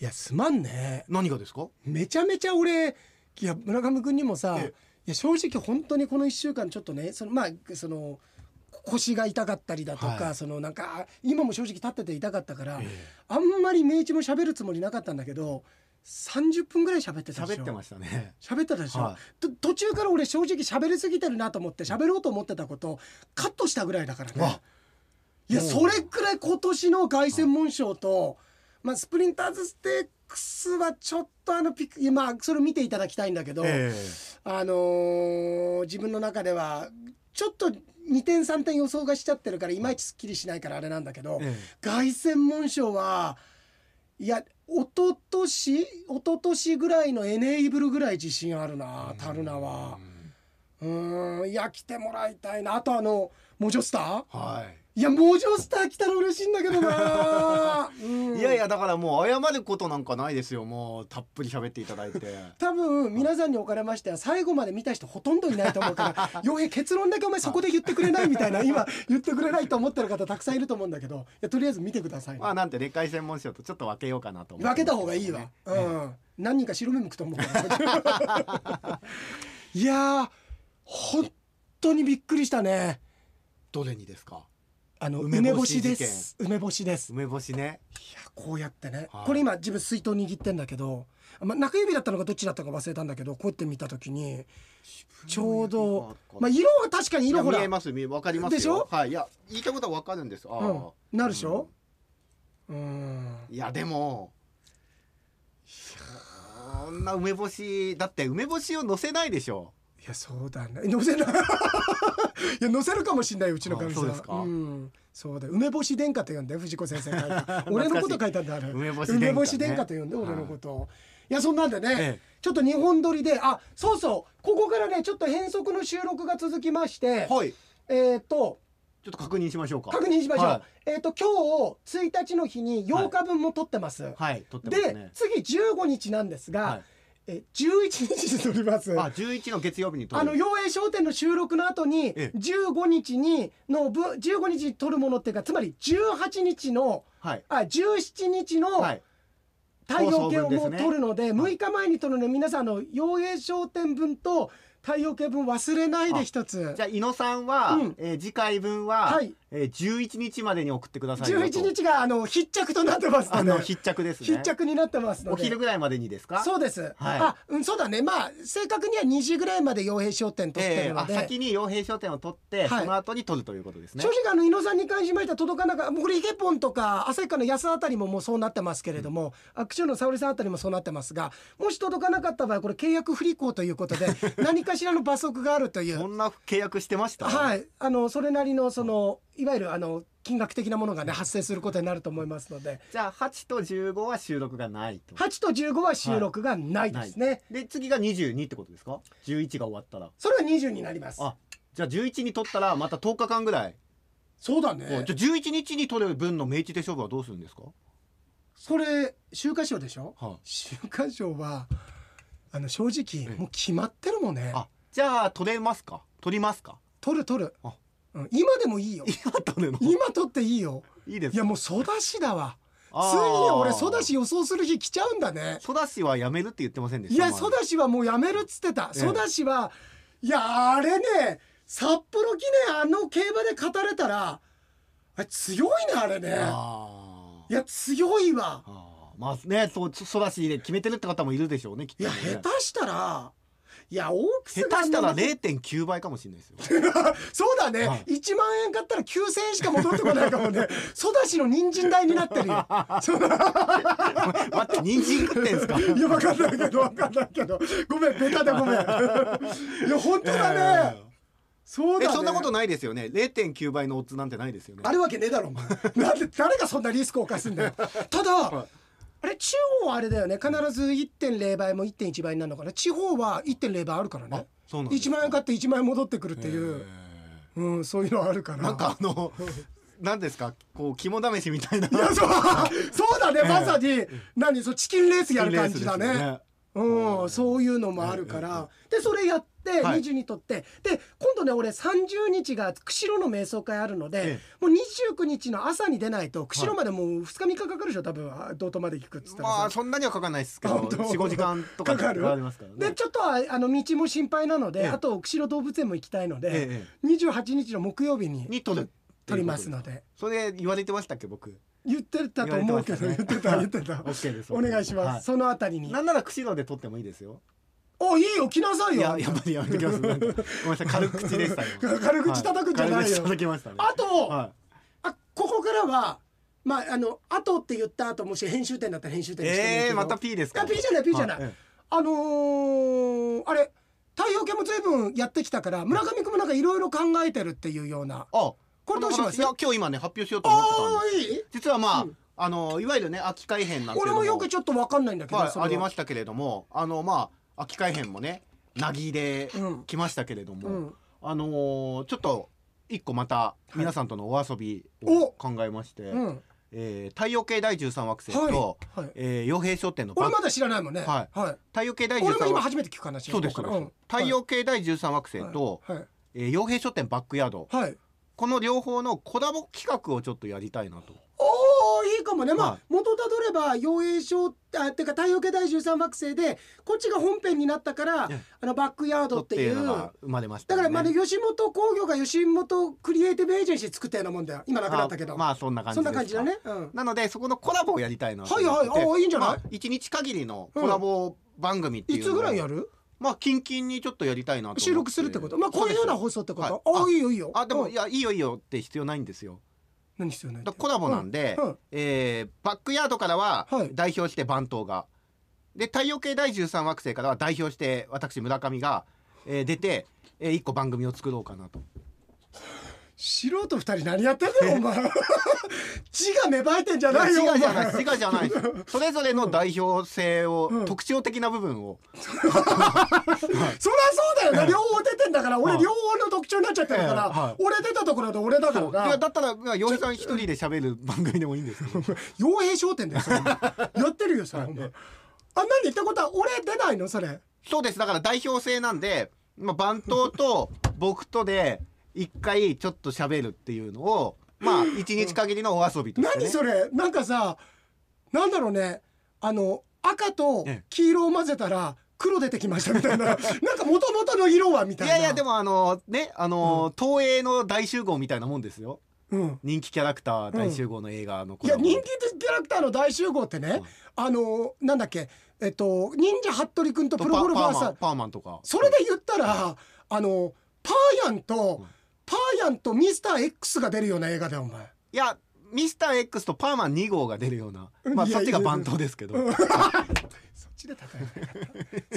いやすまんね何がですかめちゃめちゃ俺いや村上君にもさ、ええいや正直本当にこの1週間ちょっとねそのまあその腰が痛かったりだとか、はいそのなんか今も正直立ってて痛かったから、ええあんまり明治も喋るつもりなかったんだけど30分ぐらい喋ってたでしょ喋ってましたね喋ったでしょ、はと途中から俺正直喋りすぎてるなと思って喋ろうと思ってたことカットしたぐらいだからねわいやおうそれくらい今年の凱旋門賞と、まあ、スプリンターズステークスはちょっとあのピクまあそれを見ていただきたいんだけど、えあのー自分の中ではちょっと2点3点予想がしちゃってるからいまいちすっきりしないからあれなんだけど、ええ凱旋門賞はいや一昨年一昨年ぐらいのエネイブルぐらい自信あるなタルナはうーんいや来てもらいたいなあとあのモジョスタえはいーいやモジョスター来たら嬉しいんだけどな、うんいやいやだからもう謝ることなんかないですよもうたっぷり喋っていただい て多分皆さんにおかれましては最後まで見た人ほとんどいないと思うから 洋平結論だけお前そこで言ってくれないみたいな今言ってくれないと思ってる方たくさんいると思うんだけどいやとりあえず見てくださいね、まあなんて劣海専門賞とちょっと分けようかなと思って分けた方がいいわ、うん、何人か白目向くと思う からいやー本当にびっくりしたねどれにですかあの梅梅干干ししです梅干しですい梅干しねやこうやってね、はいこれ今自分水筒握ってんだけど、まあ、中指だったのかどっちだったか忘れたんだけどこうやって見た時にちょうど、まあ、い色は確かに色やほら見えます見えわかりますよでしょはいいや言いたいことはわかるんですああ、うんなるでしょうんいやでもこんな梅干しだって梅干しを乗せないでしょいやそうだね乗せない いや乗せるかもしんないうちのかみさんあそうですかん、そうだよ梅干し殿下と呼んで藤子 先生書いた俺のこと書いたんだあれ梅干し殿下ね梅干し殿下と呼んで俺のこと、い、やそんなんでね、ええちょっと日本撮りであそうそうここからねちょっと変則の収録が続きまして、はいえっ、とちょっと確認しましょうか確認しましょう、はえっ、と今日1日の日に8日分も撮ってます、い、はい、撮ってますでね次15日なんですが、はいえ11日に撮りますあ11の月曜日に撮るあの陽影商店の収録の後にええ15日にのぶ15日に撮るものっていうかつまり18日のはいあ17日のはい太陽系を放送分でもすうね撮るので6日前に撮るので皆さんあの陽影商店分と太陽系分忘れないで一つじゃあ井野さんは、うんえー次回分は、はいえー、11日までに送ってくださいよと11日があの必着となってますあのので必着ですね必着になってますのお昼で。ぐらいまでにですかそううです、あうん、そうだねまあ正確には2時ぐらいまで傭兵商店撮ってえるーのあで、先に傭兵商店を取って、はいその後に取るということですね正直あの井野さんに関しましては届かなかったもうこれイケポンとか旭川の安あたりももうそうなってますけれども、アクションの沙織さんあたりもそうなってますがもし届かなかった場合これ契約不履行ということ で何かしらの罰則があるといこうんな契約してましたいはいあのそれなりのそのいわゆるあの金額的なものがね発生することになると思いますのでじゃあ8と15は収録がないと8と15は収録がないですね、で次が22ってことですか11が終わったらそれは20になりますあじゃあ11に取ったらまた10日間ぐらい、そうだおじゃあ11日に取る分の明治手勝負はどうするんですかそれ週刊賞でしょ、はい週刊賞はあの正直もう決まってるもんねあじゃあ取れますか取りますか 取る取るあ、うん、今でもいいよ今取るの今取っていいよいいですいやもうソダシだわつあーいに俺ソダシ予想する日来ちゃうんだねソダシはやめるって言ってませんでしいたやソシダシはもうやめるっつってたええソダシはいやあれね札幌記念あの競馬で勝たれたらあれ強いねあれねあいや強いわーあーまあねそうソダシで決めてるって方もいるでしょうねきっいとねや下手したらいやオークス下が手したら0.9倍かもしれないですよ そうだね、はい1万円買ったら9000円しか戻ってこないかもね ソダシの人参代になってるよその待って人参食って んすかいや、わかんないけど、わかんないけど、ごめん、ベタでごめん。いや、本当だね。そうえだね。そんなことないですよね0.9倍のオッズなんてないですよねあるわけねえだろ、お前なんで、誰がそんなリスクを犯すんだよ。ただい、あれ、地方はあれだよね。必ず1.0倍も1.1倍になるのかな。地方は1.0倍あるからねあ。そうなんです1か万円買って1万円戻ってくるっていう、うん、そういうのあるから。なんかあの何ですかこう肝試しみたいない や、そう、そうだね、まさに、何、そう、チキンレースやる感じだチキンレースですねよね。うん、そういうのもあるから、でそれやっって、はい22取ってで今度ね俺30日が釧路の瞑想会あるので、えもう29日の朝に出ないと釧路までもう2日3日かかるでしょ多分あ道東まで行くっつったらさまあそんなにはかかんないですけど本当45時間とかかかるかりますからでね。ちょっとはあの道も心配なので、ええあと釧路動物園も行きたいので、え28日の木曜日えにに取る撮りますのでそれ言われてましたっけ僕言ってたと思うけど言言っわれててましたたね言って た OK ですお願いします、はそのあたりいになんなら釧路で取ってもいいですよおいいよ来なさいいよややっぱりやめてきますなんかごめんなさい軽口でした今軽口叩くんじゃないよは軽口叩きましたねあと、はあここからはまああのあとって言った後もし編集点だったら編集い点にしてもいいえけーどまた P ですいかや P じゃない P じゃない、はいあのーあれ太陽系も随分やってきたから村上君もなんかいろいろ考えてるっていうようなあこれどうしますいや今日今ね発表しようと思ってたんあですあいい実はまあ、うんあのいわゆるね秋改編なんていう俺のももよくちょっとわかんないんだけど、はいそれはありましたけれどもあのまあ秋改編もねなぎでうん来ましたけれども、うんあのーちょっと一個またい皆さんとのお遊びおを考えまして、うん、はいえー太陽系第13惑星と、はいえー傭兵商店のバ俺ッまだ知らないもんね、はいはい、太陽系第13俺も今惑初めて聞く話そうですこそうこです、から太陽系第13惑うん星と、はいえー傭兵商店バックヤードはい、はいこの両方のコラボ企画をちょっとやりたいなとおおいいかもねまあ、はい元たどれば養栄症あてか太陽系第13惑星でこっちが本編になったからええあのバックヤードっていうのが生まれましただよかね、らまあね吉本興業が吉本クリエイティブエージェンシー作ったようなもんだよ今なくなったけどあまあそんな感そじですんなか感じだね、うん、なのでそこのコラボをやりたいなとはいはい思ってておーいいんじゃないまあ一日限りのコラボ番組っていいうのつをぐらいやるまあ近々にちょっとやりたいなと思って収録するってことまあこういうようなそ放送ってこはといあああいいよいいよですあでもうんいやいいよいいよって必要ないんですよ何必要ないだからコラボなんで、うんうんえーバックヤードからははい代表して番頭が、で太陽系第13惑星からは代表して私村上が、えー出て、えー、一個番組を作ろうかなと素人二人何やってんだよお前 血が芽生えてんじゃないよ違お前うじゃない違うじゃないそれぞれの代表性を、うん特徴的な部分をそりゃそうだよな両方出てんだから俺はい両方の特徴になっちゃってるかええはらい俺出たところで俺だかそういらやなだったらまあ洋平さん一人で喋る番組でもいいんですけど傭兵商店だよそれ やってるよそれお前あ何言ったことは俺出ないのそれそうですだから代表制なんで、まあ、番頭 と僕とで一回ちょっと喋るっていうのをまあ一日限りのお遊びとして、ね、何それなんかさなんだろうねあの赤とええ黄色を混ぜたら黒出てきましたみたい ななんか元々の色はみたいいなやいやでももあのねあの、東映の大集合みたいなもんですようん人気キャラクター大集合の映画のいコやラボ人気キャラクターの大集合ってね、あのなんだっけえっと忍者服部君ととプロゴルファーパさマンんパーマンとかそれで言ったらあのパーヤンとうんパーヤンとミスター X が出るような映画だよお前いやミスター X とパーマン2号が出るようなまあいやそっちが番頭ですけどそっちで例えればよかっ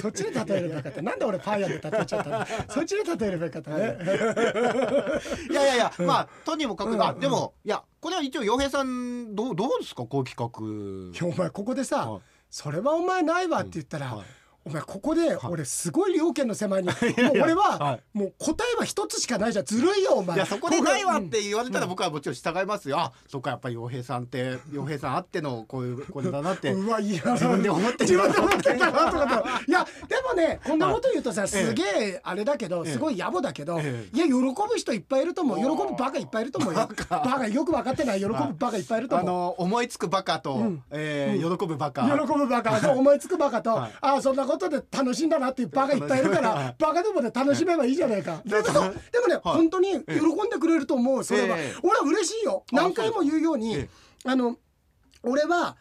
たそっちで例えればよかったなんで俺パーヤンで例えちゃったのそっちで例えればよかったねいやいやいや、まあ、とにもかく、うんあ、うんでも、いや、これは一応洋平さん、どう、どうですか、こういうい企やお前ここでさ、はいそれはお前ないわって言ったら、はいお前ここで俺すごい要件の狭いに、もう いや俺は、はいもう答えは一つしかないじゃんずるいよお画。前いや、そこでがないわうっんて言われたら、僕はもちろん従いますよ。あ、そっか、やっぱり洋平さんって、洋平さんあっての、こういう、これだなって。うわいや自分で思って自分で思ってたなとかといやでもねこんなこと言うとさええすげえあれだけどええすごい野暮だけどいやええ喜ぶ人いっぱいいると思う喜おーぶバカいっぱいいると思うよバカよく分かってない喜ぶバカいっぱいいるとあ思うの、思いつくバカと、うんえー喜ぶバカ。喜ぶバカそう思いつくバカと、はいああそんなことで楽しいんだなっていうバカいっぱいいるから、はいバカどもで楽しめばいいじゃないか、でもそうでもね、本当に喜んでくれると思うそれは、ええ俺は嬉しいよあ何回も言うように、そうですあの俺は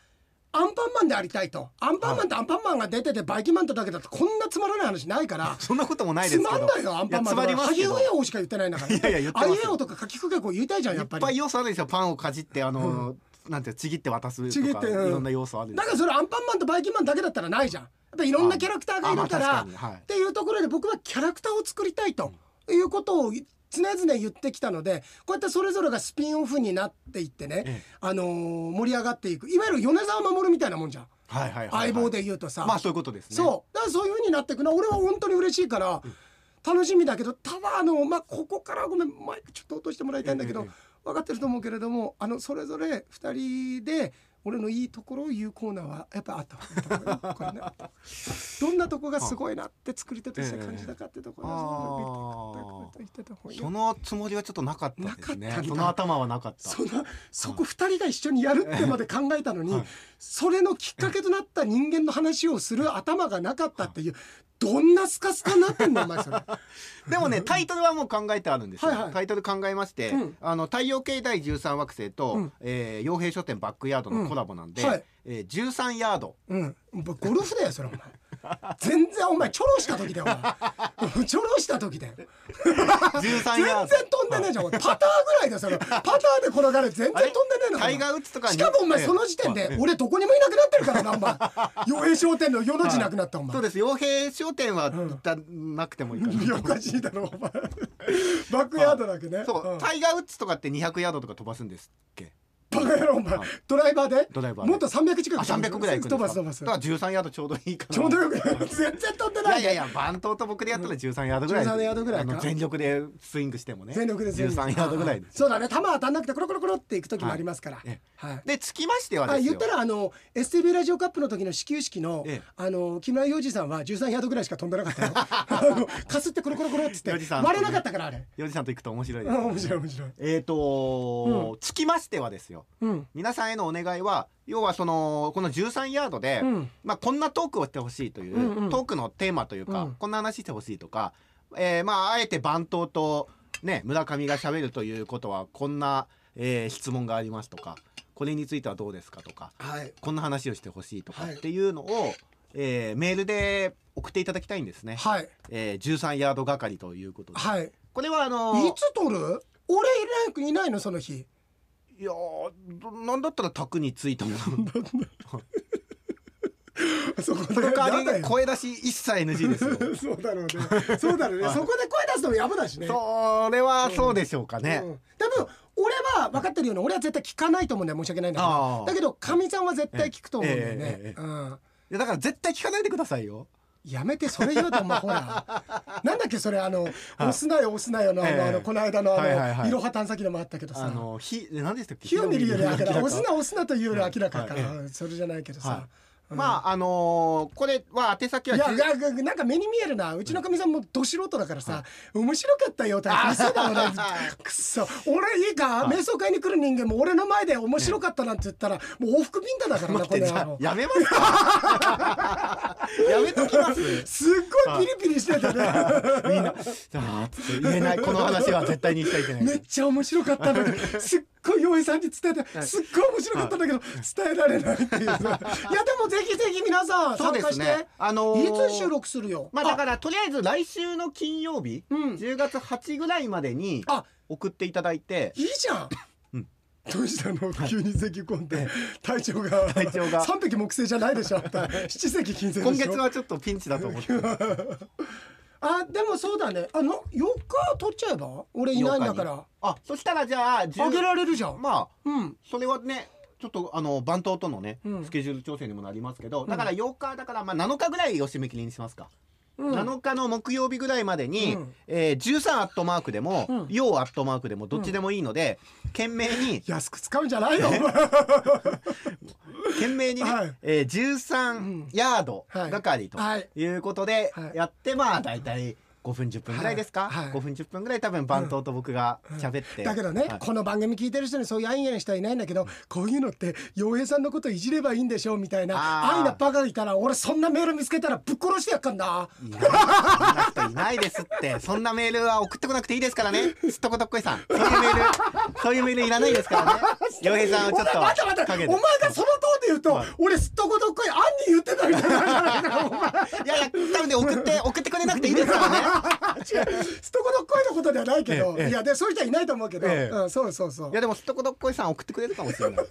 アンパンマンでありたいとアンパンマンとアンパンマンが出ててバイキンマンとだけだとこんなつまらない話ないからそんなこともないですつけど。まんないよアンパンマンいやつまりますハけゲど。ウエオしか言ってないんだからいやいや言ってますあよいうえおとかかきくけこ言いたいじゃんやっいぱっりぱい要素あるんですよ。パンをかじって、あの、なんて、ちぎって渡すとか。ちぎってうんいろんな要素あるんでだすからそれアンパンマンとバイキンマンだけだったらないじゃんやっぱいろんなキャラクターがいるから、あまあ確かにはいっていうところで僕はキャラクターを作りたいということを常々言ってきたのでこうやってそれぞれがスピンオフになっていってね、ええあのー盛り上がっていくいわゆる米沢守みたいなもんじゃん、はいはいはいはい。相棒で言うとさ、まあ、そういうことですね。そうだからそういう風になっていくのは俺は本当に嬉しいから楽しみだけどただあのまあここからごめんマイクちょっと落としてもらいたいんだけどえええ分かってると思うけれどもあのそれぞれ2人で俺のいいところを言うコーナーはやっぱあったわこれねどんなとこがすごいなって作り手として感じたかってところをええ言ってた方がいいよそのつもりはちょっとなかったですなねかったんだその頭はなかったそんなそこ二人が一緒にやるってまで考えたのに、それのきっかけとなった人間の話をする頭がなかったっていう、どんなスカスカになってんのお前それ。でもねタイトルはもう考えてあるんですよ、はいはいタイトル考えまして、うんあの太陽系第13惑星と、うんえー傭兵書店バックヤードのコラボなんで、うんはいえー13ヤードうん、ゴルフだよそれお前全然お前チョロした時だよお前チョロした時だよ全13然ヤード飛んでないじゃんお前パターぐらいだよそれパターで転がる全然飛んでねえのおタ前イガー・ウッズとかしかもお前その時点えで俺どこにもいなくなってるからなお前 余栄商店の世の字なくなったおえ前そうです傭兵書店はん行ったなくてもいいかいやおな、かしいだろお前バックヤードだけねそう、んタイガー・ウッズとかって200ヤードとか飛ばすんですっけバカ野郎お前ドライバーでドライバーでもっと300近くあ300ぐらい行くん飛でばすすか飛ばすだから13ヤードちょうどいいかなちょうどよくない全然飛んでいなやいいやいや番頭と僕でやったら13ヤードぐらい13ヤードぐらいかあの全力でスイングしてもね全力です13ヤードぐらいですそうだね球当たんなくてコロコロコロっていく時もありますから、ええはいでつきましてはあです言よったらあの STB ラジオカップの時の始球式の、ええあの木村洋二さんは13ヤードぐらいしか飛んでなか ったよあのかすってコロコロコロっつって洋二さん割れなかったからあれヨジさんと行くと面白いでうす、ん面白い面白いえーとーつきましてはですようん皆さんへのお願いは要はそのこの13ヤードで、うんまあ、こんなトークをしてほしいという、うんうんトークのテーマというか、うんこんな話してほしいとか、えーまあ、あえて番頭と、ね、村上がしゃべるということはこんな、えー質問がありますとかこれについてはどうですかとかはいこんな話をしてほしいとかはいっていうのを、えーメールで送っていただきたいんですね、はいえー13ヤード係ということではいいこれはあのーつ取る俺いないいないのその日いやーどなんだったら卓についたもの そこ その代 わやだりよ声出し一切 NG です よそうだろうねそうだろうねそこで声出すのもやぶだしねそれはそうでしょうかね、うん、多分俺は分かってるように俺は絶対聞かないと思うんだよ申し訳ないんだけああどだけどかみさんは絶対聞くと思うんだよええね、ええええうん、いやだから絶対聞かないでくださいよやめてそれ言うとお前ほ らなんだっけそれあの「押すなよ押すなよの」あの,、ええあのこの間のあはいはいはのいいろは探査機のもあったけどあさのひ何でしたっけ火を見るより明らか火を押すな押すなというより明らかはいかはらそれじゃないけどはさ、いまああのーこれは宛先はいや10ががなんか目に見えるなうちのかみさんもど素人だからさ、面白かったよとか嘘だろねくっそ俺いいか、瞑想会に来る人間も俺の前で面白かったなんて言ったら、もう往復ビンタだからな待っこてれじゃあやめますか やめときますすっごいピリピリしてたねみんな じゃあつって言えないこの話は絶対にしちゃいけないめっちゃ面白かったんだけどすっごい洋平さんに伝えてすっごい面白かったんだけど伝えられないっていうさいやでもぜひぜひ皆さんそう参で加すして、ねあのーいつ収録するよ、まあだからとりあえず来週の金曜日、うん10月8ぐらいまでにあ送っていただいていいじゃん。どうしたの急に咳込んで体調が体調が3匹木星じゃないでし ょあんた七石金星でしょ今月はちょっとピンチだと思ってあでもそうだねあの4日取っちゃえば俺いないんだからあそしたらじゃあ10あげられるじゃん、まあうんそれはねちょっとあの番頭とのね、うんスケジュール調整にもなりますけどだから8日だからまあ7日ぐらいを締め切りにしますうか、ん7日の木曜日ぐらいまでに、うんえー13アットマークでも、うんようアットマークでもどっちでもいいので、懸命に安く使うんじゃないよ懸命にね、はいえー13ヤードはい係 とはいいうことではいやって、まあだいたい5分10分ぐらいですか、はいはい5分10分ぐらい多分番頭と僕が喋って、だけどね、はいこの番組聞いてる人にそういうあいんやな人はいないんだけどこういうのって洋平さんのこといじればいいんでしょみたいあーなあいなバカがいたら俺そんなメール見つけたらぶっ殺してやっかんないないそんな人いないですってそんなメールは送ってこなくていいですからねすっとことっこいさんそういうメールそういうメールいらないですからね洋平さんをちょっお前待て待てと陰おで前がその通りで言うと、はい俺すっとこどっこいあんに言ってたみたいな話じゃないかいやいや多分ね送って送ってくれなくていいです からねお前違うすっとこどっこいのことではないけど、ええいやでそういう人はいないと思うけど、ええうん、そうそうそういやでもすっとこどっこいさん送ってくれるかもしれなすいっ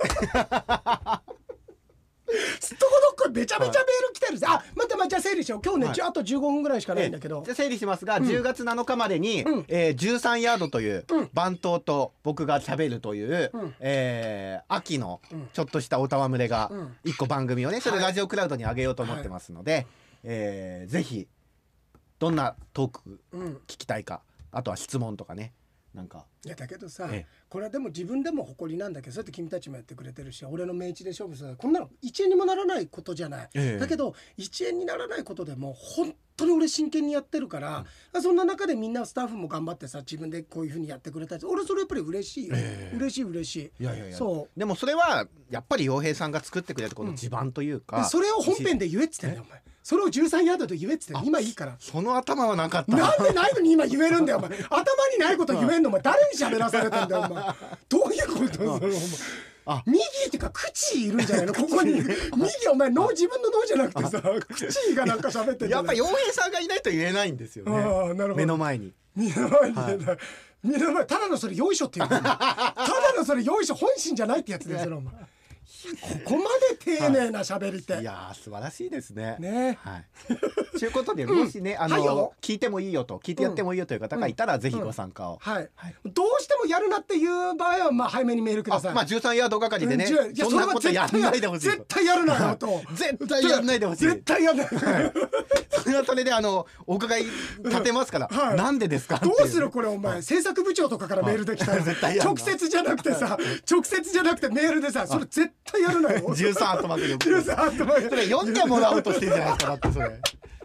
とこどっこいめちゃめちゃメール来てるぜ、あ待って待ってじゃあ整理しよう今日ね、はいちょあと15分ぐらいしかないんだけど、じゃあ整理しますが、10月7日までに、うんえー13ヤードという番頭と僕が喋るという、うんえー秋のんちょっとしたおたわむれがうん一個番組をねそれはいラジオクラウドに上げようと思ってますので、えーぜひどんなトークうん聞きたいかあとは質問とかねなんかいやだけどさ、ええこれはでも自分でも誇りなんだけどそうやって君たちもやってくれてるし俺の命一で勝負するこんなの1円にもならないことじゃない、ええだけど1円にならないことでも本当に俺真剣にやってるから、そんな中でみんなスタッフも頑張ってさ自分でこういうふうにやってくれたり俺それやっぱり嬉しいよ、ええ嬉しい嬉しいいやいやいやそうでもそれはやっぱり洋平さんが作ってくれたこの地盤というか、でそれを本編で言えっつってんだよお前それを13ヤードで言えっつってんだよ今いいからその頭はなかったなんでないのに今言えるんだよお前頭にないこと言えんのお前誰に喋らされてんだよお 前どういうことそれお前あ右っていうか口いるんじゃないのここに 右お前脳自分の脳じゃなくてさ口がなんか喋ってんだやよっぱ洋平さんがいないと言えないんですよねあーなるほど目の前に見えない見えない見えないただのそれよいしょっていうのただのそれよいしょ本心じゃないってやつですよお 前いやここまで丁寧な喋りっていやー素晴らしいですね。ねはい。 ということでもしね、あの、はいよ聞いてもいいよと聞いてやってもいいよという方がいたら、ぜひご参加を。はいはい。どうしてもやるなっていう場合はまあ早めにメールくださあいまあ13ヤードがかりでね、じゅういやそんなことやそれんはないでほしいと。絶対やるなよと 絶対やんないでほしい絶対やんないそれはそれであのお伺い立てますから、はいなんでですかってい どねうするこれお前制作部長とかからメールできたら 絶対やんな直接じゃなくてさ直接じゃなくてメールでさそれ絶対やるなよ 13後までよ13後までそれ読んでもらおうとしてんじゃないですかだってそれ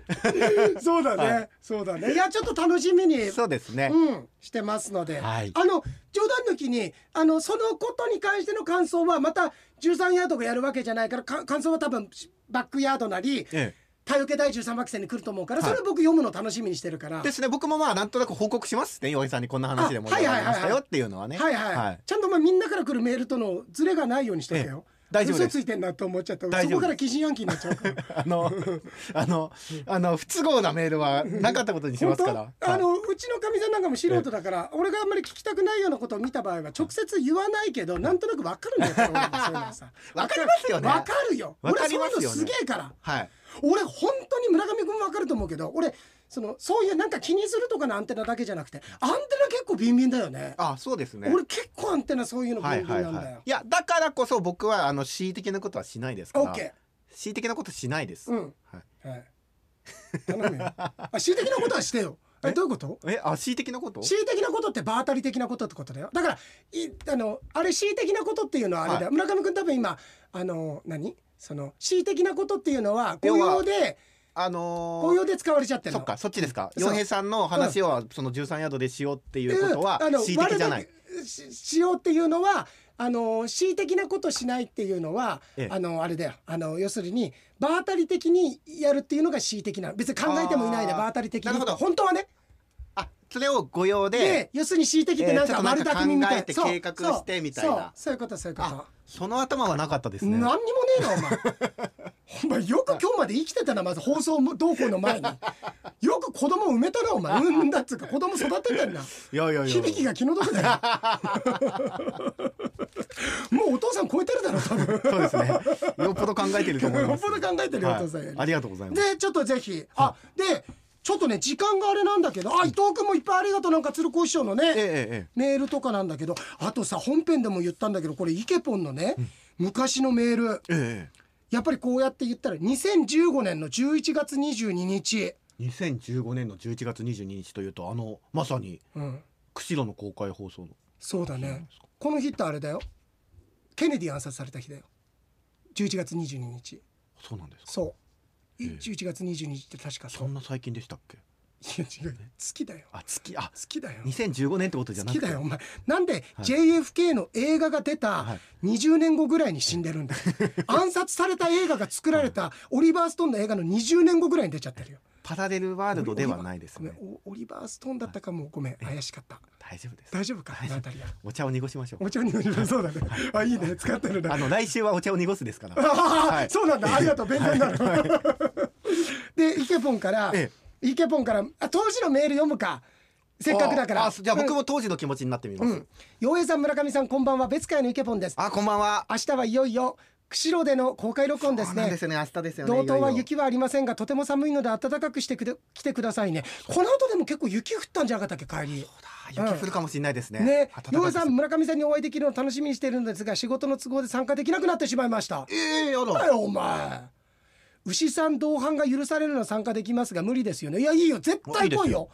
そうだね、はそうだねいやちょっと楽しみにそうですね、うん、してますので、はいあの冗談抜きにあのそのことに関しての感想はまた13ヤードがやるわけじゃないからか感想は多分バックヤードなりえ太陽系第13惑星に来ると思うから、はいそれ僕読むの楽しみにしてるからえ、ですね僕もまあなんとなく報告しますね洋平さんにこんな話でもらいましたよっていうのはねはいはい、はいちゃんとまあみんなから来るメールとのズレがないようにしとけよ、ええ大丈夫です嘘ついてんなと思っちゃった大丈夫ですそこから疑心暗鬼になっちゃうからあ の、あの、あの、不都合なメールはなかったことにしま本当すから。あはいのうちのかみさんなんかも素人だから俺があんまり聞きたくないようなことを見た場合は直接言わないけどなんとなくわかるんだよ俺もそういうのさ わかりますよねわかるよわか俺りまはすそうよねいうのすげえからはい。俺本当に村上君もわかると思うけど俺そのそういうなんか気にするとかのアンテナだけじゃなくてアンテナ結構ビンビンだよねあ、そうですね。俺結構アンテナそういうのビンはビいンなはいんはだいよ。いや、だからこそ僕は、あの、恣意的なことはしないですかオら。ッケ恣意的なことしないです。ーうんはいはい。頼むよ。あ、恣意的なことはしてよ。え、えどういうこと。え、あ、恣意的なこと恣意的なことって場当たり的なことってことだよ。だから、い、あの、あれ恣意的なことっていうのはあれだ。は村上君多分今、あの、何。その恣意的なことっていうのは、要公は用で、あのー公用で使われちゃってるその。っか、そっちですか。そう洋平さんの話を、その13ヤードでしようってていうことは、恣意的じゃない。。悪ししようっていうのは。あの恣意的なことしないっていうのは、ええあのあれだよあの要するに場当たり的にやるっていうのが恣意的な別に考えてもいないであー場当たり的になるほど本当はねあ、それを御用でで、要するに恣意的ってなんえーちょっかとなん丸か巧みみたいな考えてそう計画してみたいなそうそうそういうことそういうことあその頭はなかったです何にね。もねえなお前 お前よく今日まで生きてたなまず放送動向の前によく子供埋めたなお前産んだっつうか子供育てて んないやいやいや。響きが気の毒 だよもうお父さん超えてるだろ多 分そうですね。よっぽど考えてると思 いよまっす。ぽど考えてるよおは父さんよりい、ありがとうございます。でちょっとぜひあでちょっとね時間があれなんだけどあ伊藤君もいっぱいありがとうなんか鶴子師匠のね、ええええ。メールとかなんだけどあとさ本編でも言ったんだけどこれイケポンのね、昔のメールえやっぱりこうやって言ったら2015年の11月22日、え、2015年の11月22日というとあのまさにうん、釧路の公開放送のそうだねこの日ってあれだよケネディ暗殺された日だよ11月22日そうなんですかそういええ11月22日って確かそそういんな最近でしたっけや違う月だよあ月あ月だよ2015年ってことじゃな好くてきだよお前なんではい JFK の映画が出はたい20年後ぐらいに死んでるんだよ暗殺された映画が作られたオリバー・ストーンの映画の20年後ぐらいに出ちゃってるよパラレルワールドではないですねごめんおオリバー・ストーンだったかもごめん怪しかった大丈夫です大丈夫か大丈あ夫の辺りはお茶を濁しましょうお茶に飲みましょうそうだねあいいね使ってるねあの来週はお茶を濁すです から あはあいそうなんだありがとう勉強になる でイケポンからえイケポンからあ当時のメール読むかせっかくだからああじゃあ僕もも当時の気持ちになってみます、うん洋平さん村上さんこんばんは別会のイケポンですあこんばんは明日はいよいよ釧路での公開録音ですそうなんねですよね明日ですよね道東はいよいよ雪はありませんがとても寒いので暖かくしてくれ来てくださいねこの後でも結構雪降ったんじゃなかったっけ帰りそうだ雪降るかもしれないですねね暖かく洋平さですん村上さんにお会いできるのを楽しみにしているのですが仕事の都合で参加できなくなってしまいましたええあだらよお前牛さん同伴が許されるのは参加できますが無理ですよねいやいいよ絶対来いよいいですよ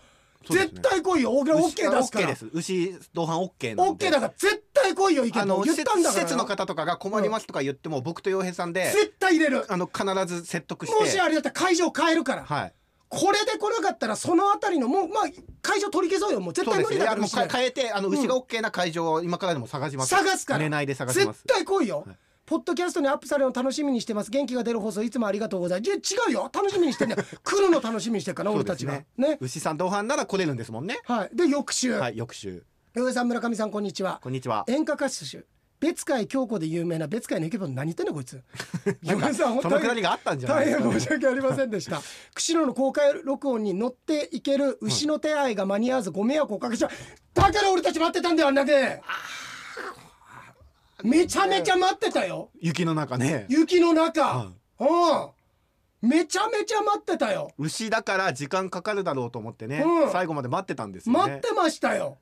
そうですね絶対来いよ俺オッケー出すかオッケーらです牛同伴オッケーなんでオッケーだから絶対来いよ池あのも言ったんだか施ら設の方とかが困りますとか言っても、僕と洋平さんで絶対入れるあの必ず説得してもしあれだったら会場変えるから、はいこれで来なかったらそのあたりのもうまあ会場取り消そうよもう絶そう対無です理ねだかあらの牛ねか変えてあの牛がオッケーな会場を今からでも探します、探すから寝ないで探しま絶す対来いよ、はいポッドキャストにアップされるの楽しみにしてます元気が出る放送いつもありがとうございますいや違うよ楽しみにしてん だよ来るの楽しみにしてるからそう俺でたすちはねね牛さん同伴なら来れるんですもんねはいで翌週、はい翌週井上さん村上さんこんにちはこんにちは演歌歌手別海京子で有名な別海のイケボン何言ってんのこい つ井なん上さかんそ本の当くだにりがあったんじゃない大変ですか、申し訳ありませんでした 釧路の公開録音に乗っていける牛の手合いが間に合わずご迷惑をおかけしただから俺たち待ってたんだよあんだけめちゃめちゃ待ってたよ雪の中ね雪のは中、うん、めちゃめちゃ待ってたよ牛だから時間かかるだろうと思ってね、うん最後まで待ってたんですよね待ってましたよ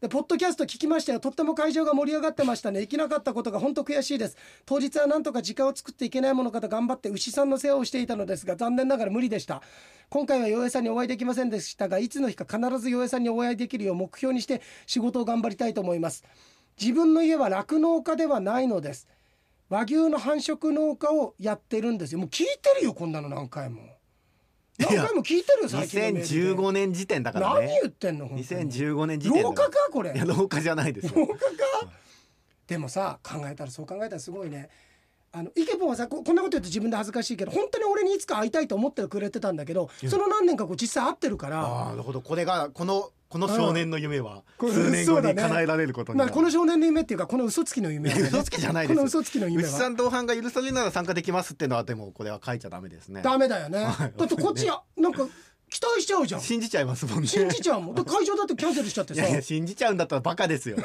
でポッドキャスト聞きましたよとっても会場が盛り上がってましたね行けなかったことが本当悔しいです当日はなんとか時間を作っていけないものかと頑張って牛さんの世話をしていたのですが残念ながら無理でした今回は洋平さんにお会いできませんでしたがいつの日か必ず洋平さんにお会いできるよう目標にして仕事を頑張りたいと思います自分の家は酪農家ではないのです和牛の繁殖農家をやってるんですよもう聞いてるよこんなの何回もいや何回も聞いてるよ最近のメールで2015年時点だから何ね言ってんの本当に2015年時点だ廊下かこれいや廊廊下じゃないですよ下かでもさ考えたらそう考えたらすごいねあのイケポンはさここんなこと言うと自分で恥ずかしいけど本当に俺にいつか会いたいと思ってくれてたんだけどその何年かこう実際会ってるからああなるほどこれがこのこの少年の夢はうん数年そ後うだにね叶えられることにななんるかこの少年の夢っていうかこの嘘つきの夢、ね、嘘つきじゃないですこの嘘つきの夢牛さはん同伴が許されるなら参加できますってのはでもこれは書いちゃダメですねダメだよねはいだってこっちやなんか期待しちゃうじゃん信じちゃいますもんね信じちゃう もんで会場だってキャンセルしちゃっていさやいや信じちゃうんだったらバカ ですよ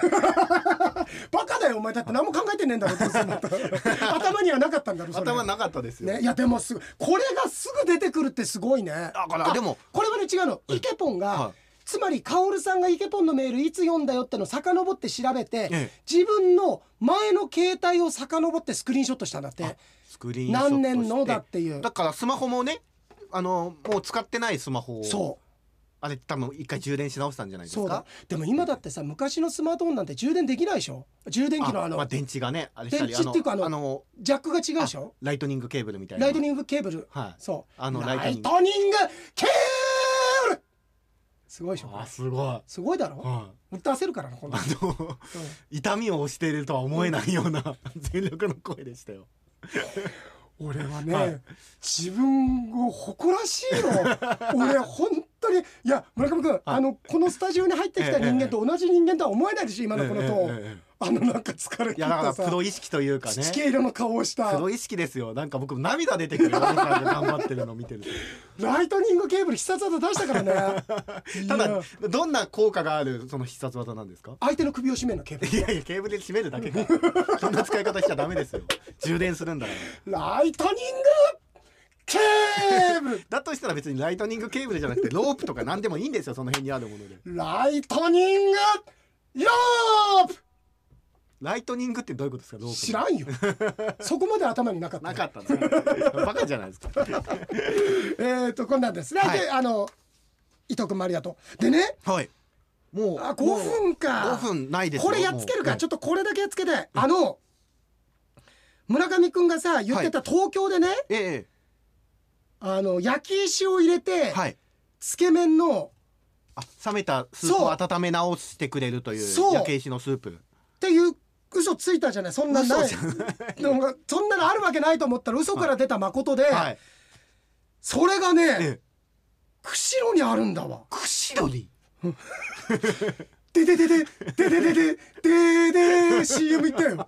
バカだよお前だって何も考えてねえんだろどうせ 頭にはなかったんだろそれ頭なかったですよ、ね、いやでもすぐこれがすぐ出てくるってすごいねだからでもこれはね違うのイケポンが、はいつまりカオルさんがイケポンのメールいつ読んだよってのを遡って調べて、ええ自分の前の携帯を遡ってスクリーンショットしたんだってスクリーンショットして何年のだっていうだからスマホもねあのもう使ってないスマホをそあれ多分一回充電し直したんじゃなういですかそうだでも今だってさ昔のスマートフォンなんて充電できないでしょ充電器のあの、まあ、電池がねあれしたり電池っていうかあのあのジャックが違うでしょライトニングケーブルみたいなライトニングケーブルはいそうあのラライイトトニニンンググケーブルすごいでしょこあれすごい、はい、すごいだろあ出せるからなこんなののうん痛みを押しているとは思えないような全力の声でしたよ 俺はね、はい自分を誇らしいの 俺本当にいや村上君、あのこのスタジオに入ってきた人間と同じ人間とは思えないでしょ今のこのトーン、ええええええあのなんか疲れい切っやだかたらさプロ意識というかね土系色の顔をしたプロ意識ですよなんか僕涙出てくるよお兄さんが頑張ってるの見てるとライトニングケーブル必殺技出したからねい ただやどんな効果があるその必殺技なんですか相手の首を絞めるのケーブルいやいやケーブルで締めるだけかそんな使い方しちゃダメですよ充電するんだからライトニングケーブだとしたら別にライトニングケーブルじゃなくてロープとか何でもいいんですよその辺にあるものでルライトニングヨープライトニングってどういうことですかロープ知のらんよ そこまで頭になかったなかったなバカじゃないですかえーとこんなんですね、はいであの伊藤君もありがとうでねはいもうあ5分か5分ないですよこれやっつけるかちょょっっとこれだけやっつけて、あの村上君がさ言ってた東京でね、とえあの焼き石を入れて、えはいつけ麺のあ冷めたスープを温め直してくれるといそうう焼け石のスープっていう嘘ついたじゃないそんなない嘘じゃでもそんなのあるわけないと思ったら嘘から出た誠で、はいそれがね、ええ釧路にあるんだわ。釧路にででででででででででで CM 行ったよ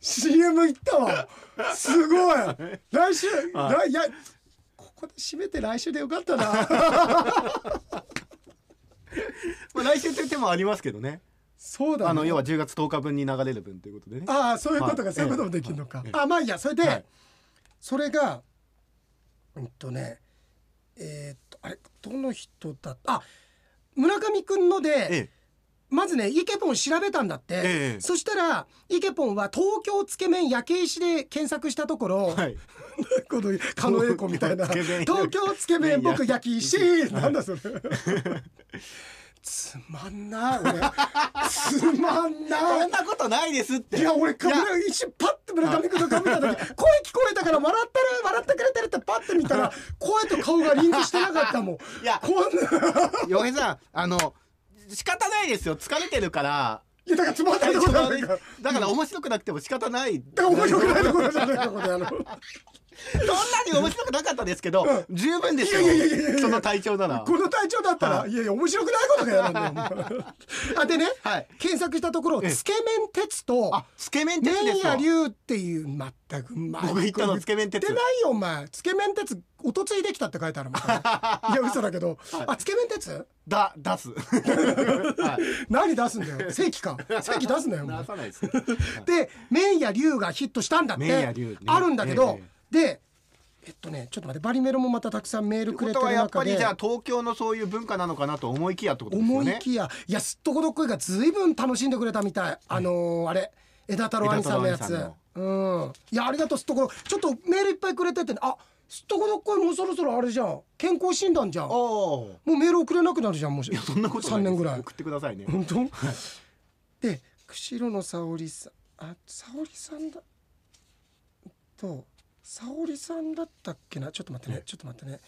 CM 行ったわすごい来週来いやここで締めて来週でよかった なまあ来週という手もありますけどねそうだ、ね、あの要は10月10日分に流れる分ということでねああそういうことか、はいそういうこともできるのか、ええあまあいいやそれで、はいそれがうんとねえーっとあれどの人だったあ村上くんので、ええまずねイケポン調べたんだって、ええそしたらイケポンは東京つけ麺焼け石で検索したところ、はいこの狩野英孝みたいな東京つけ東京つけ麺麺僕焼き石いやなんだそれつまんな俺つまんそなんなことないですっていや俺いや村一瞬パッて村上君の顔見た時声聞こえたから笑ってる笑ってくれてるってパッて見たら声と顔がリンクしてなかったもんいやこんな洋平さんあの仕方ないですよ疲れてるからいやだからつまんないとこじゃないからだから面白くなくても仕方ないだから面白くないところじゃないかこれあのそんなに面白くなかったですけど、十分ですよいやいやいやいやいやその体調ならこの体調だったら、い、やいや面白くないことがやらんだ よお前あでね、はい検索したところええつけ麺鉄とあつけ麺鉄で麺すやよ龍っていう全くま僕言ったのつけ麺鉄言ってないよお前つけ麺鉄おとついできたって書いてある もんいや嘘だけど、あつけ麺鉄だ出す、 はい、何出すんだよ正規 か正規出すんだよお前出さないですで麺や龍がヒットしたんだって、麺や龍ねあるんだけど、ええでえっとねちょっと待ってバリメロもまたたくさんメールくこれてとる中はでやっぱりじゃあ東京のそういう文化なのかなと思いきやってことですよ思いねきやいやすっとこどっこいがずいぶん楽しんでくれたみたいあのーあれ枝太郎兄さんのや枝つ太郎兄うんいやありがとうすっとこどちょっとメールいっぱいくれててあすっとこどっこいもうそろそろあれじゃん健康診断じゃんもおーうメール送れなくなるじゃんもしいやそんなことない3です年ぐらい送ってくださいね本当で釧路の沙織さんあ沙織さんだと沙織さんだったっけなちょっと待ってねちょっと待ってね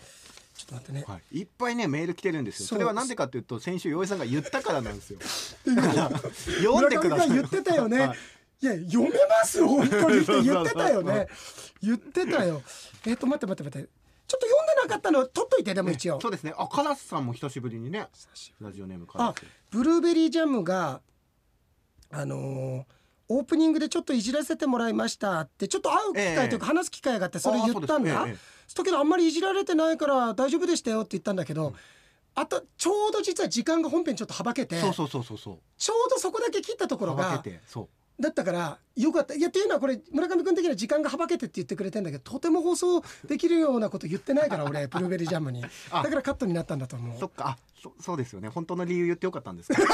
ちょっと待ってねはい、いっぱいねメール来てるんですよそそうれはなんでかっていうと先週洋平さんが言ったからなんですよだから読ん で村く上ださがい言ってたよね。はいいや読めます本当にって言ってたよね。言ってたよ。えっ、と待って待って待って。ちょっと読んでなかったの取っといてでも一応そう。ですねあカラスさんも久しぶりにねラジオネームカラあスブルーベリージャムがあのーオープニングでちょっといじらせてもらいましたってちょっと会う機ええ会というか話す機会があってそれあ言あったんだ。そうですえええだけどあんまりいじられてないから大丈夫でしたよって言ったんだけど。あとちょうど実は時間が本編ちょっとはばけてそうそうそうそうそうちょうどそこだけ切ったところが慌ててそうだったからよかったいやっていうのはこれ村上君的には時間がはばけてって言ってくれてんだけどとても放送できるようなこと言ってないから俺ブルーベリージャムにだ あからカットになったんだと思そうっかあそそうですよね本当の理由言ってよかったんですけど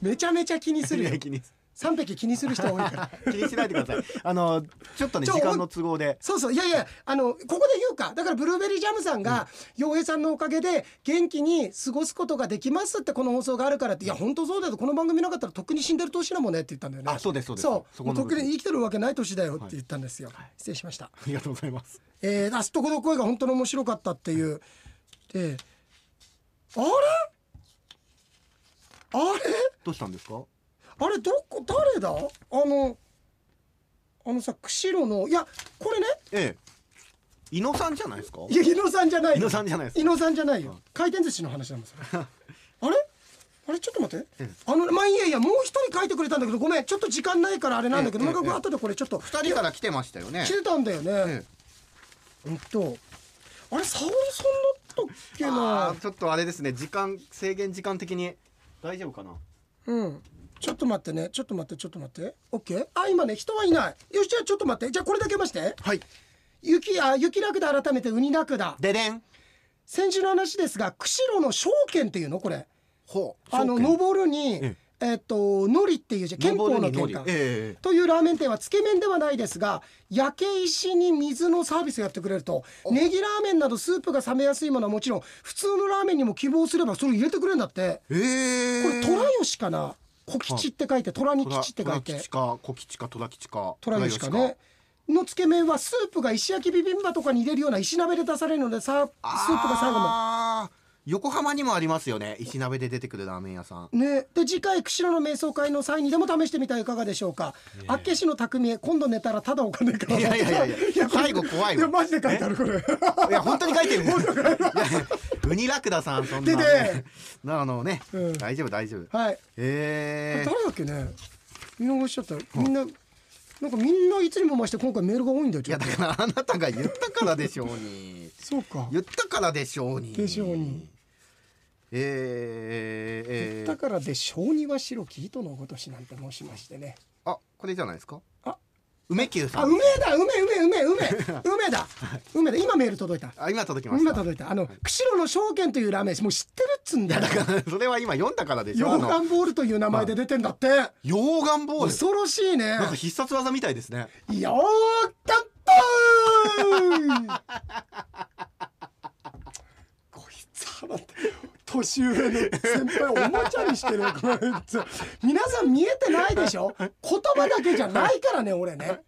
めちゃめちゃ気にす るよ気に3匹気にする人多いから気にしないでくださいあのちょっとねちょ時間の都合でそうそういやいやあのここで言うかだからブルーベリージャムさんが洋、平さんのおかげで元気に過ごすことができますってこの放送があるからっていや本当そうだよこの番組なかったらとっくに死んでる年だもんねって言ったんだよねあそうですそうですそうそもこうのとっ部分くに生きてるわけない年だよって言ったんですよ、はい失礼しましたありがとうございますえー、あすとこどっこいが本当に面白かったっていう。で、あれあれどうしたんですかあれどこ誰だあのあのさ釧路のいやこれねええ伊野さんじゃないですかいや伊野さんじゃない伊よ野さんじゃないですか伊野さんじゃないようん回転寿司の話だもん それあれあれちょっと待って、うんあのまあいいやいやもう一人書いてくれたんだけどごめんちょっと時間ないからあれなんだけど、えなえんええか後でこれちょっと二人から来てましたよね来てたんだよね、ええうんとあれ沙織さんだったっけなあーちょっとあれですね時間制限時間的に大丈夫かなうん。ちょっと待ってね。ちょっと待って。ちょっと待って。オッケー。あ、今ね、人はいない。よし、じゃあちょっと待って。じゃあこれだけまして。はい雪、あ、雪ラクダ改めてウニラクダ。ででん先週の話ですが、釧路の証券っていうのこれ。ほうあの、そう登るに、ええっと、のりっていう字、けん憲法の憲登るにか登。りええというラーメン店はつけ麺ではないですが焼け石に水のサービスをやってくれるとネギラーメンなどスープが冷めやすいものはもちろん普通のラーメンにも希望すればそれ入れてくれるんだってええこれ虎吉かな小吉って書いて虎に吉って書いて吉か小吉か虎吉か虎吉かねのつけ麺はスープが石焼きビビンバとかに入れるような石鍋で出されるのでさスープが最後まあー横浜にもありますよね石鍋で出てくるラーメン屋さんで。ね、で次回釧路の瞑想会の際にでも試してみてはいかがでしょうか厚岸の匠へ今度寝たらただお金がいやいやいやいやこれ最後怖いわいやマジで書いてあるこれいや本当に書いてる。いやウニラクダさんそんな、出てなあのね、うん大丈夫大丈夫。はいえ誰だっけね見逃しちゃったみんななんかみんないつにも増して今回メールが多いんだよー、いちょやっとだからあなたが言ったからでしょうに。そうか言ったからでしょうに。でしょうに。えー、えだー、からで小児は白き糸のごとしなんて申しましてねあこれじゃないですか。あ梅久さあん梅だ梅梅梅 梅梅だ梅だ今メール届いたあ今届きまし今た届いたあの釧路の証券というラーメンもう知ってるっつうんだよ それは今読んだからでしょ溶あの岩ボールという名前で出てんだって溶岩ボール恐ろしいねなんか必殺技みたいですねよーたっぽーい こいつ腹立つ年上の先輩をおもちゃにしてるこいつ皆さん見えてないでしょ言葉だけじゃないからね俺ね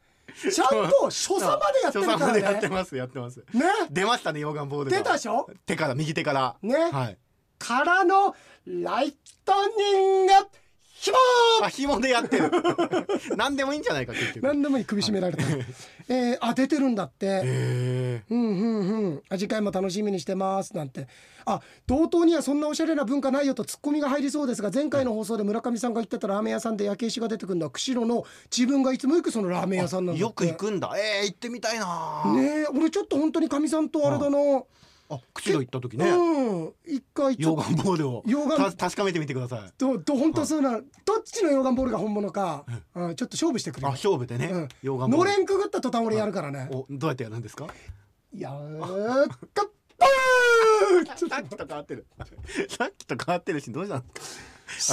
ちゃんと所作までやってる所作までかやらってねますやってますね出ましたね溶岩ボールが出たでしょ手から右手からねはいからのライトニングひもあ紐でやってる 何でもいいんじゃないか結局へ何でもいい首絞め られた、えー、あ出てるんだってえうんうんうんあ次回も楽しみにしてますなんてあ同等にはそんなおしゃれな文化ないよとツッコミが入りそうですが前回の放送で村上さんが言ってたラーメン屋さんで焼け石が出てくるのは釧路の自分がいつも行くそのラーメン屋さんなんだってよく行くんだえー、行ってみたいな、ねえ俺ちょっと本当にかみさんとあれだな、あ口で行った時ね、うん一回ちょ溶っ岩ボールを溶岩た確かめてみてくださいとど本当そうなのどっちの溶岩ボールが本物か、うん、ちょっと勝負してくれあ勝負でね、うん溶岩ボのーれルんくぐった途端俺やるからねおどうやってやるんですかやーかっぱーちょっとさっきと変わってる さっきと変わってるしどうしたんですか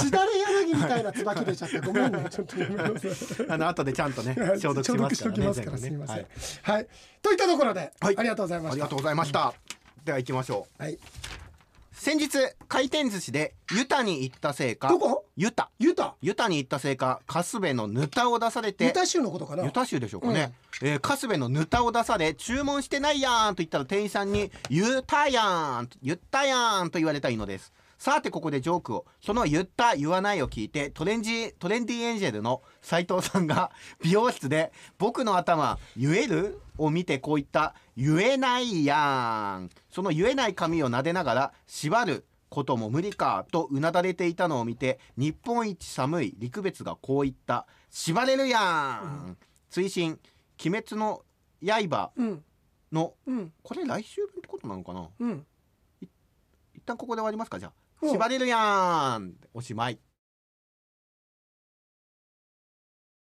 しだれ柳みたいな椿出ちゃってごめんねちょっとごめんなさいあの後でちゃん とね消毒し消ま毒すしかとらきね。ますからす全み部ねませんはいはいといったところであはいりがとうございまあしりたがとうございました。では行きましょう。はい先日回転寿司でユタに行ったせいか、どこユタユタユタに行ったせいか、春日部のヌタを出されてユ、タ州のことかなユタ州でしょうかね。えー春日部のヌタを出され注文してないやんと言ったら店員さんにユタやんユタやんと言われたいのです。さてここでジョークをその言った言わないを聞いてトレンジトレンディエンジェルの斉藤さんが美容室で僕の頭言えるを見てこう言った言えないやんその言えない髪を撫でながら縛ることも無理かとうなだれていたのを見て日本一寒い陸別がこう言った縛れるやん追伸鬼滅の刃うんのうんこれ来週分ってことなのかなうん一旦ここで終わりますかじゃあうん縛れるやんおしまい